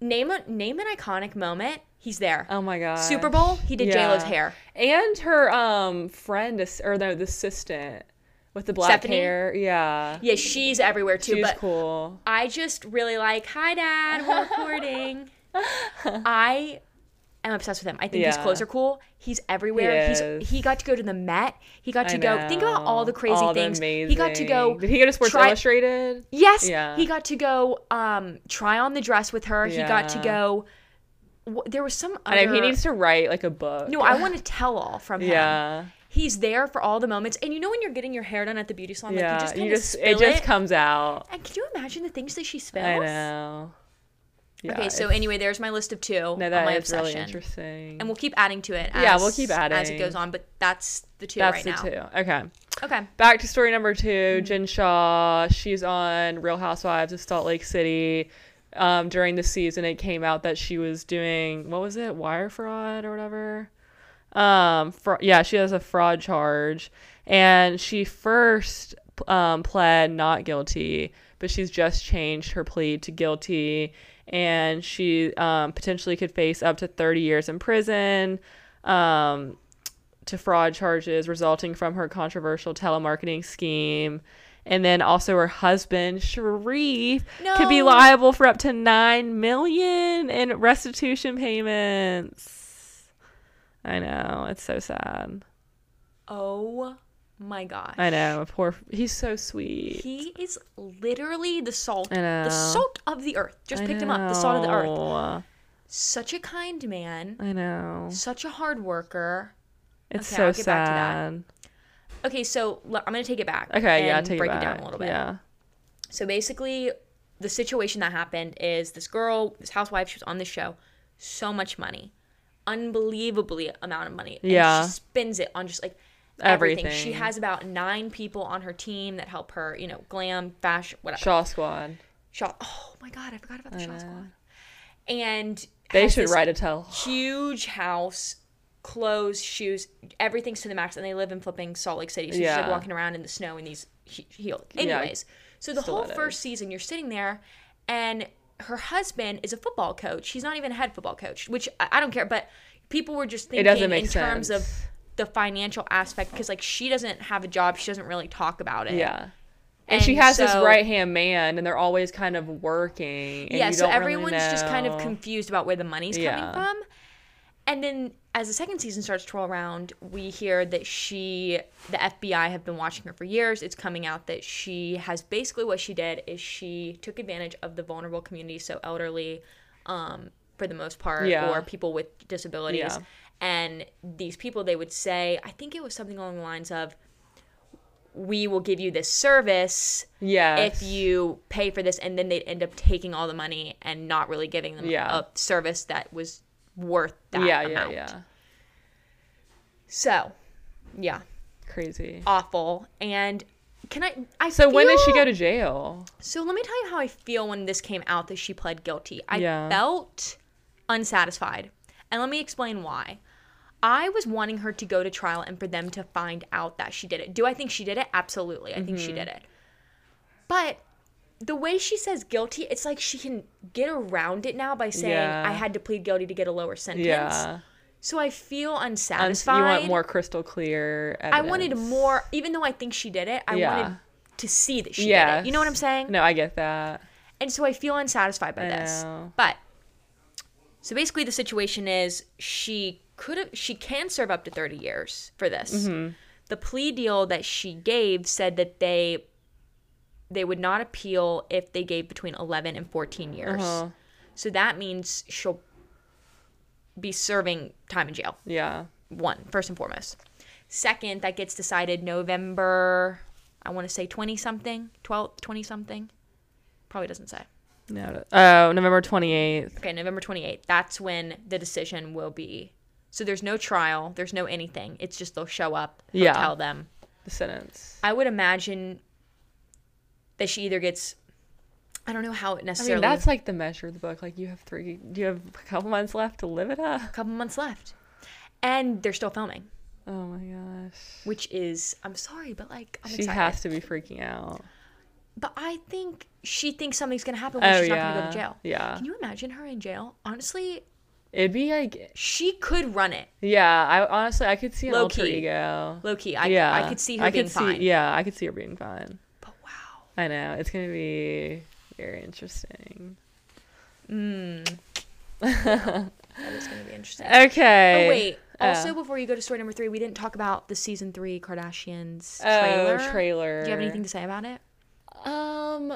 name a name an iconic moment. He's there.
Oh my god.
Super Bowl, he did J Lo's hair.
And her um friend is- or no, the assistant with the black
Stephanie?
hair. Yeah.
Yeah, she's everywhere too.
She's
but
cool.
I just really like, hi dad,
<laughs>
we're recording. I am obsessed with him. I think his
Yeah.
clothes are cool. He's everywhere.
He
he's he got to go to the Met. He got
I
to go. Think about all the
know.
crazy
All the
things. He got to go.
amazing- Did he go to Sports
try-
Illustrated?
Yes.
Yeah.
He got to go um try on the dress with her. He got to
Yeah.
go wh- there was some other
I know he needs to write like a book.
No, I want to tell all from him.
<laughs> Yeah.
He's there for all the moments. And you know when you're getting your hair done at the beauty salon like
Yeah,
you just
you
kind of
just it
spill it.
just comes out.
and can you imagine the things that she spills?
I know. Yeah,
Okay, so
it's-
anyway, there's my list of two
no,
on
that
my
is really
obsession,
interesting.
and we'll keep adding to it. As,
Yeah, we'll keep
as it
adding.
goes on. But that's the two
That's
right
the
now. Mm-hmm.
two. Okay,
Okay,
back to story number two. Jen Shaw, she's on Real Housewives of Salt Lake City. Um, during the season, it came out that she was doing what was it, wire fraud or whatever. Um, fr- yeah, she has a fraud charge, and she first um, pled not guilty, but she's just changed her plea to guilty, and she um, potentially could face up to 30 years in prison um, to fraud charges resulting from her controversial telemarketing scheme. and then also her husband Sharif could be
No.
liable for up to nine million in restitution payments. I know it's so sad.
Oh my gosh.
I know, poor. He's so sweet.
He is literally the salt,
I know.
the salt of the earth. Just picked him up, the salt of the earth.
earth.
Such a kind man,
I know.
such a hard worker.
It's
Okay,
so
I'll get back to
sad.
Okay, so le- I'm gonna take it back.
Okay, yeah,
and
take
break
it, back.
down a little bit.
Yeah.
So basically, the situation that happened is this girl, this housewife, she was on this show, so much money, unbelievably amount of money. And
Yeah.
she spends it on just like everything. She
Everything.
has about nine people on her team that help her, you know, glam, fashion, whatever.
Shaw Squad.
Shot. Oh my God, I forgot about the shot squad. And
They
has
should
this
write a tell.
huge house, clothes, shoes, everything's to the max, and they live in flipping Salt Lake City. So she's
Yeah.
like walking around in the snow in these he- heels. Anyways, so the whole
stilettos.
first season, you're sitting there, and her husband is a football coach. He's not even a head football coach, which I, I don't care. But people were just thinking
doesn't
in
make
terms of
sense.
the financial aspect because like she doesn't have a job, she doesn't really talk about it.
Yeah. And, she has this
so-
right hand man, and they're always kind of working. And
yeah,
you
so
don't really
everyone's just kind of
know.
confused about where the money's
Yeah.
coming from. And then as the second season starts to roll around, we hear that she, the FBI have been watching her for years. It's coming out that she has basically what she did is she took advantage of the vulnerable community, so elderly, um, for the most part,
Yeah.
or people with disabilities.
Yeah.
And these people, they would say, I think it was something along the lines of, we will give you this service
yeah.
if you pay for this and then they'd end up taking all the money and not really giving them
Yeah.
a service that was worth that
yeah, yeah,
amount.
yeah.
So, yeah,
Crazy.
awful. And can I I
So when did she
feel-
go to jail?
So let me tell you how I feel when this came out that she pled guilty. I
Yeah.
felt unsatisfied. And let me explain why. I was wanting her to go to trial and for them to find out that she did it. Do I think she did it? Absolutely. I think
Mm-hmm.
she did it. But the way she says guilty, it's like she can get around it now by saying
Yeah.
I had to plead guilty to get a lower sentence.
Yeah.
So I feel
And
unsatisfied.
you want more crystal clear
I
evidence.
wanted more even though I think she did it, I
Yeah.
wanted to see that she
Yeah.
did it. You know what I'm saying?
No, I get that.
And so I feel unsatisfied by
I
this.
know.
But so basically the situation is she could have she can serve up to 30 years for this.
Mm-hmm.
The plea deal that she gave said that they they would not appeal if they gave between 11 and 14 years.
Uh-huh.
So that means she'll be serving time in jail.
Yeah.
One, first and foremost. Second, that gets decided November I want to say 20 something, 12 20 something. Probably doesn't say.
No. Oh, November 28th.
Okay, November 28th. That's when the decision will be. So there's no trial, there's no anything. It's just they'll show up, they'll
Yeah.
tell them.
The sentence.
I would imagine that she either gets I don't know how it
I
necessarily
mean, that's like the measure of the book. Like you have three, you have a couple months left to live it up.
a couple months left. And they're still filming,
Oh my gosh.
which is I'm sorry, but like I'm
She
excited.
has to be freaking out.
But I think she thinks something's gonna happen when she's not gonna go to jail.
Oh, Yeah.
Can you imagine her in jail? Honestly,
It'd be like,
she could run it.
yeah, I honestly, I could see an
Low
alter
key.
ego.
Low key. I,
yeah.
I could see her being
see,
fine.
Yeah, I could see her being fine.
But wow.
I know. It's going to be very interesting.
Mm. That is gonna be <laughs> interesting.
Okay.
Oh, wait.
Oh.
Also, before you go to story number three, we didn't talk about the season three Kardashians
Oh,
trailer.
trailer.
Do you have anything to say about it?
Um,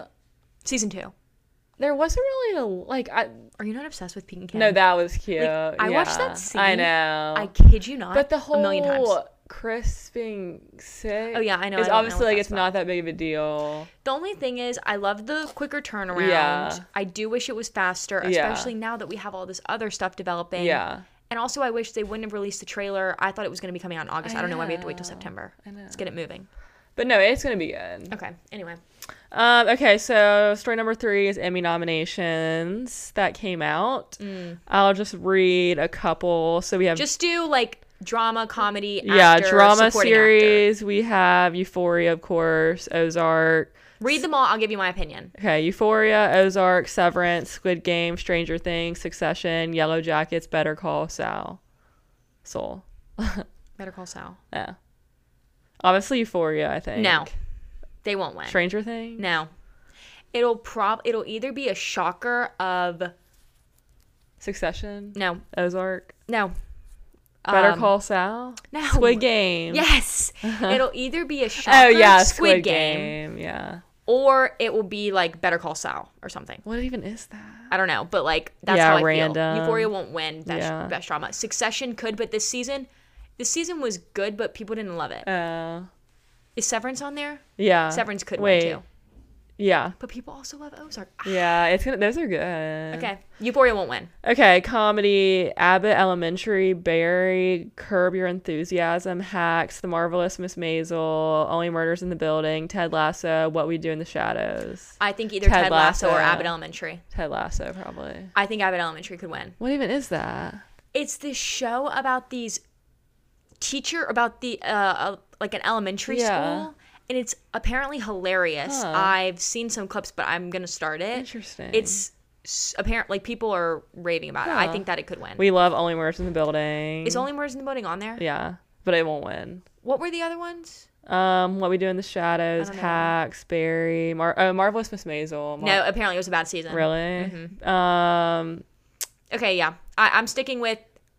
Season two.
there wasn't really a, like, I,
Are you not obsessed with Pete and Kim?
no, that was cute.
I watched
yeah.
that scene.
I know.
I kid you not.
But the whole
a million times.
Chris being sick.
Oh, yeah, I know,
It's
I don't know
obviously
what
like
that's
it's not that big of a deal.
The only thing is, I love the quicker turnaround.
Yeah.
I do wish it was faster,
Yeah.
especially now that we have all this other stuff developing.
Yeah.
And also, I wish they wouldn't have released the trailer. I thought it was going to be coming out in August. I,
I
don't know why we have to wait till
know.
September.
I know.
Let's get it moving.
But no, it's gonna be good.
Okay. Anyway.
Um, okay, so story number three is Emmy nominations that came out. I'll just read a couple. So we have
Mm. Just do like drama, comedy,
yeah,
actor,
drama
supporting actor.
series. We have Euphoria, of course, Ozark.
Read them all. I'll give you my opinion.
Okay, Euphoria, Ozark, Severance, Squid Game, Stranger Things, Succession, Yellow Jackets, Better Call Saul. Soul.
Better Call Saul.
Yeah. Obviously Euphoria, I think.
No. They won't win.
Stranger Things.
No. It'll prob it'll either be a shocker of
Succession.
no,
Ozark.
no.
Better
Um,
Call Sal.
no.
Squid Game. <laughs>
Yes. It'll either be a shocker
Oh yeah,
of Squid, Game,
Yeah.
or it will be like Better Call Saul or something.
What even is that?
I don't know, but like that's
Yeah,
how I
random.
feel. Euphoria won't win best,
Yeah.
best drama. Succession could, but this season, this season was good, but people didn't love it. Is
Uh,
Severance on there?
yeah.
Severance could
Uh, Wait.
win too,
Yeah.
but people also love Ozark. Ah,
Yeah, it's gonna. Those are good.
Okay, Euphoria won't win.
Okay. Comedy: Abbott Elementary, Barry, Curb Your Enthusiasm, Hacks, The Marvelous Miss Maisel, Only Murders in the Building, Ted Lasso, What We Do in the Shadows,
I think either
Ted
Ted, Lasso, or
Lasso.
Abbott Elementary.
Ted Lasso, probably.
I think Abbott Elementary could win.
What even is that?
It's this show about these teacher about the uh, uh like an elementary
Yeah.
school, and it's apparently hilarious.
Huh.
I've seen some clips, but I'm gonna start it.
Interesting.
It's s- apparent like people are raving about it. I
Huh.
think that it could win.
we love Only Murders in the Building.
Is only Murders in the Building on there?
yeah, but it won't win.
What were the other ones?
Um, what we do in the shadows,
I don't know.
hacks, Barry, Mar- oh, marvelous Miss Maisel. Mar-
no, Mm-hmm. apparently it was a bad season.
really. Um,
Okay, yeah. I, I'm sticking with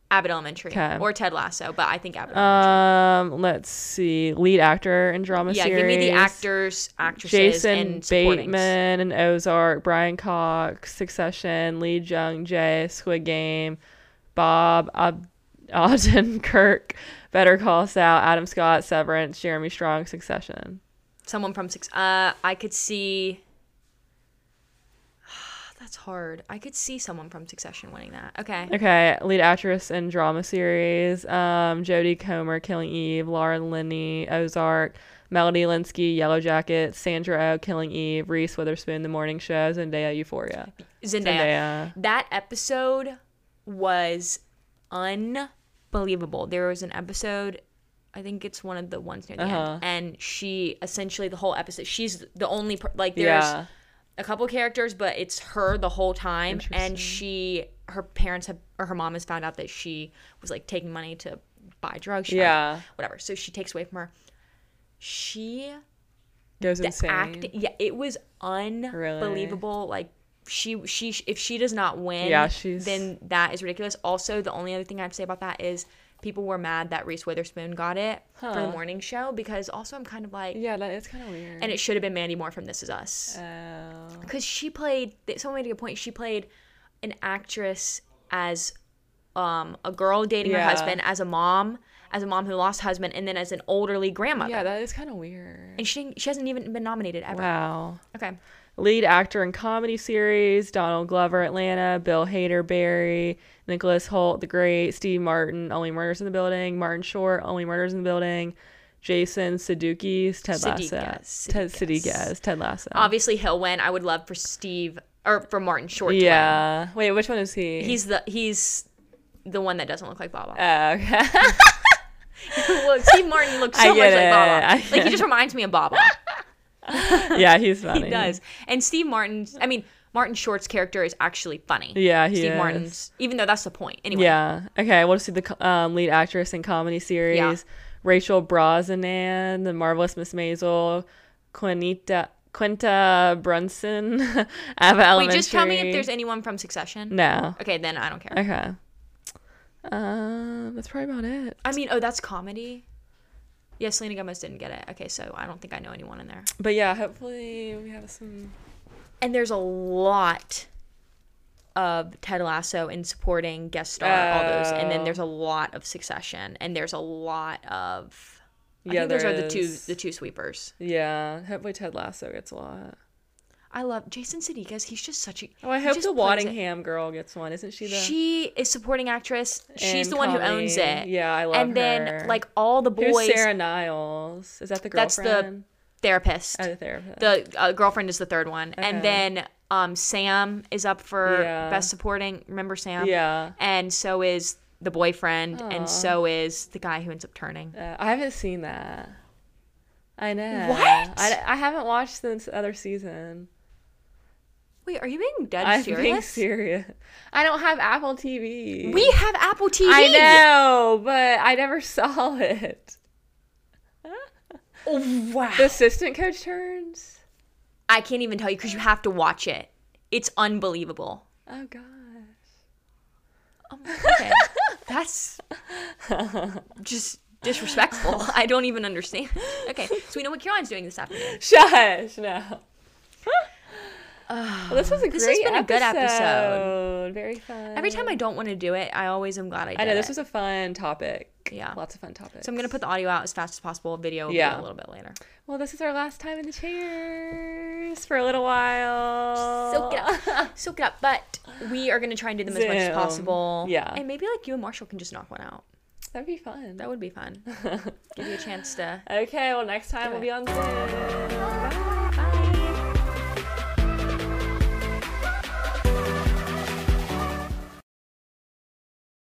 Abbott Elementary
'Kay.
or Ted Lasso, but I think Abbott. Elementary.
um, let's see, lead actor in drama
yeah,
series.
give me the actors, actresses,
Jason
and supportings.
Bateman and Ozark, Brian Cox, Succession, Lee Jung Jae, Squid Game, Bob <laughs> Ob- Ogden Kirk, Better Call Saul, Adam Scott, Severance, Jeremy Strong, Succession.
Someone from six. Uh, I could see. <sighs> That's hard. I could see someone from Succession winning that. Okay.
Okay, lead actress in drama series. Um, Jodie Comer, Killing Eve, Lauren Linney, Ozark, Melody Linsky, Yellow Jackets, Sandra Oh, Killing Eve, Reese Witherspoon, The Morning Show, Zendaya, Euphoria.
Zendaya.
Zendaya.
That episode was unbelievable. There was an episode, I think it's one of the ones near the
Uh-huh.
end, and she essentially the whole episode. She's the only per- like there's
Yeah.
a couple characters, but it's her the whole time,
Interesting.
and she her parents have or her mom has found out that she was like taking money to buy drugs, she-
Yeah.
whatever. So she takes away from her. She
Goes
the
insane.
act yeah it was unbelievable like she she if she does not win
Yeah, she's-
then that is ridiculous also the only other thing i have to say about that is people were mad that reese witherspoon got it for the
Huh.
morning show because also i'm kind of like
yeah, that is kind of weird.
and it should have been mandy moore from this is us
Oh.
because she played th- someone made a good point she played an actress as um, a girl dating her
Yeah.
husband as a mom as a mom who lost husband and then as an elderly grandmother
Yeah, that is kind of weird.
and she didn't, she hasn't even been nominated ever
Wow.
okay
Lead actor in comedy series Donald Glover, Atlanta, Bill Hader, Barry, Nicholas Holt, The Great, Steve Martin, Only Murders in the Building, Martin Short, Only Murders in the Building, Jason Sudeikis, Ted
Sudeikis,
Lasso, Ted
Sudeikis.
Sudeikis, Ted Lasso.
obviously he'll win. I would love for Steve or for Martin Short. to
yeah. Wait, which one is he?
win. he's the he's the one that doesn't look
<laughs>
like Baba.
Oh, okay.
Look, Steve Martin looks
<laughs>
so
I
much
get
like Baba.
it. I
Like
get <laughs>
he just reminds me of Baba.
yeah, <laughs> he's funny.
he does. And Steve Martin's. I mean, Martin Short's character is actually funny.
Yeah, he
Steve
is.
Martin's. Even though that's the point. Anyway.
Yeah. Okay. We'll see the co- um, lead actress in comedy series Rachel Brosnan, The Marvelous Miss Maisel, Quinita, Quinta Brunson, <laughs> Ava
Wait,
Elementary.
just tell me if there's anyone from Succession.
No.
Okay, then I don't care.
Okay. Um, that's probably about it.
I mean, oh, that's comedy. Yeah, Selena Gomez didn't get it. Okay, so I don't think I know anyone in there.
But yeah, hopefully we have some.
and there's a lot of Ted Lasso and supporting guest star all those, and then
Oh.
there's a lot of Succession, and there's a lot of I
Yeah,
think those
there
are the two
is.
the two sweepers.
Yeah. Hopefully Ted Lasso gets a lot.
I love Jason Sudeikis. He's just such a.
Oh, I
he
hope
just
the
plays it.
Waddingham girl gets one. Isn't she the?
She is supporting actress. She's
in
the one who owns
comedy?
it.
Yeah, I love
And
her.
then like all the
Who's
boys,
Sarah Niles? Is that the
That's
girlfriend?
the- therapist.
Oh, the therapist.
the uh, girlfriend is the third one, and
Okay.
then um Sam is up for
Yeah.
best supporting. Remember Sam?
yeah.
and so is the boyfriend,
Aw.
and so is the guy who ends up turning.
Uh, I haven't seen that. I know.
What?
I, I haven't watched this other season.
Wait, are you being dead
I'm
serious?
being serious. I don't have Apple TV.
We have Apple
<laughs>
TV.
I know, but I never saw it.
Oh, wow.
The assistant coach turns.
I can't even tell you because you have to watch it. It's unbelievable.
Oh
<laughs>
gosh.
Um, okay. <laughs> That's just disrespectful. I don't even understand. Okay, so we know what Kieran's doing this afternoon.
Shush.
<sighs>
No. Well, this was a great.
This has been a good episode.
episode. Very fun.
<laughs> Every time I don't want to do it, I always am glad I did
I know this
it.
was a fun topic.
Yeah.
Lots of fun topics.
so I'm gonna put the audio out as fast as possible. Video will
Yeah.
be a little bit later.
Well, this is our last time in the chairs for a little while.
Soak it up, <laughs> soak it up. But we are gonna try and do them as much as
Zoom.
possible.
Yeah.
and maybe like you and Marshall can just knock one out.
That'd be fun. <laughs>
That would be fun. Give you a chance to
okay. Well, next time we'll be on Zoom.